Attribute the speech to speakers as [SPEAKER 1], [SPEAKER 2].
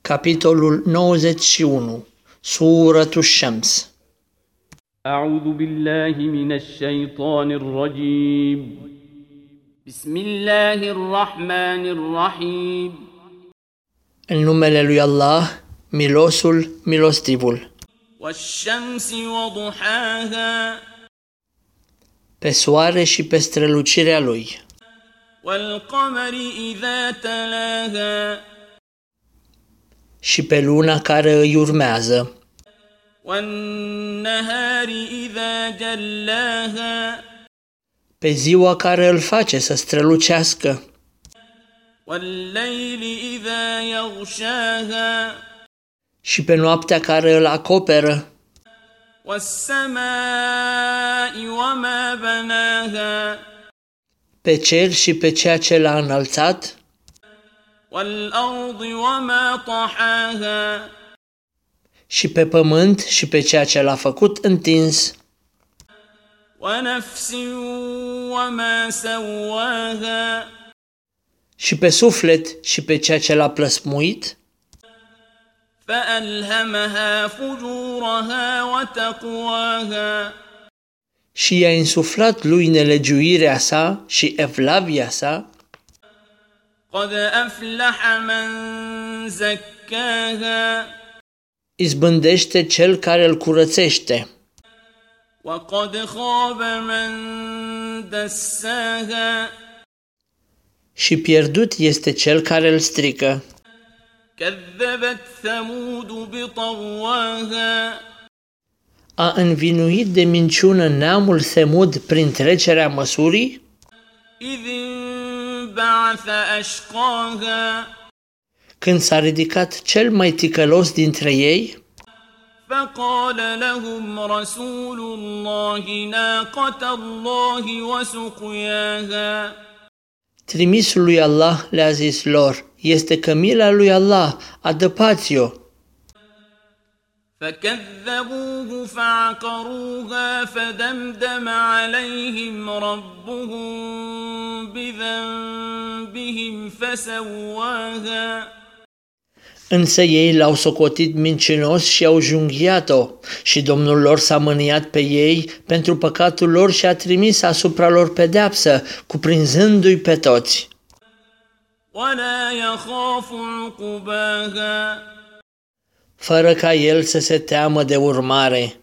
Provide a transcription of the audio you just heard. [SPEAKER 1] Capitolul 91 Suratul Shams
[SPEAKER 2] أعوذ بالله من الشيطان الرجيم بسم الله الرحمن الرحيم
[SPEAKER 1] În numele lui Allah, milosul, milostivul.
[SPEAKER 2] والشمس وضحاها
[SPEAKER 1] Pe soare și pe strălucirea lui.
[SPEAKER 2] والقمر إذا تلاها
[SPEAKER 1] Și pe luna care îi urmează.
[SPEAKER 2] والنهار إذا جلاها
[SPEAKER 1] Pe ziua care îl face să strălucească.
[SPEAKER 2] والليل إذا يغشاها
[SPEAKER 1] Și pe noaptea care îl acoperă.
[SPEAKER 2] والسماء وما بناها
[SPEAKER 1] Pe cer și pe ceea ce l-a înălțat.
[SPEAKER 2] والأرض وما طحاها
[SPEAKER 1] Și pe pământ și pe ceea ce l-a făcut întins.
[SPEAKER 2] ونفس وما سواها
[SPEAKER 1] Și pe suflet și pe ceea ce l-a plăsmuit.
[SPEAKER 2] فألهمها فجورها وتقواها
[SPEAKER 1] și i-a insuflat lui nelegiuirea sa și evlavia sa,
[SPEAKER 2] قد أفلح من زكاها
[SPEAKER 1] izbândește cel care îl curățește
[SPEAKER 2] وقد خاب من دساها
[SPEAKER 1] și pierdut este cel care îl strică.
[SPEAKER 2] كذبت ثمود بطواها
[SPEAKER 1] A învinuit de minciună neamul Semud prin trecerea măsurii
[SPEAKER 2] إذ انبعث أشقاها
[SPEAKER 1] când s-a ridicat cel mai ticălos dintre ei
[SPEAKER 2] فقال لهم رسول الله ناقة الله وسقياها
[SPEAKER 1] Trimisul lui Allah le-a zis lor, este cămila lui Allah, adăpați-o.
[SPEAKER 2] فكذبوه فعقروها فدمدم عليهم ربهم بذنبهم فسواها
[SPEAKER 1] Însă ei l-au socotit mincinos și au junghiat-o și Domnul lor s-a mâniat pe ei pentru păcatul lor și a trimis asupra lor pedeapsă, cuprinzându-i pe toți.
[SPEAKER 2] ولا يخاف عقباها
[SPEAKER 1] Fără ca el să se teamă de urmare,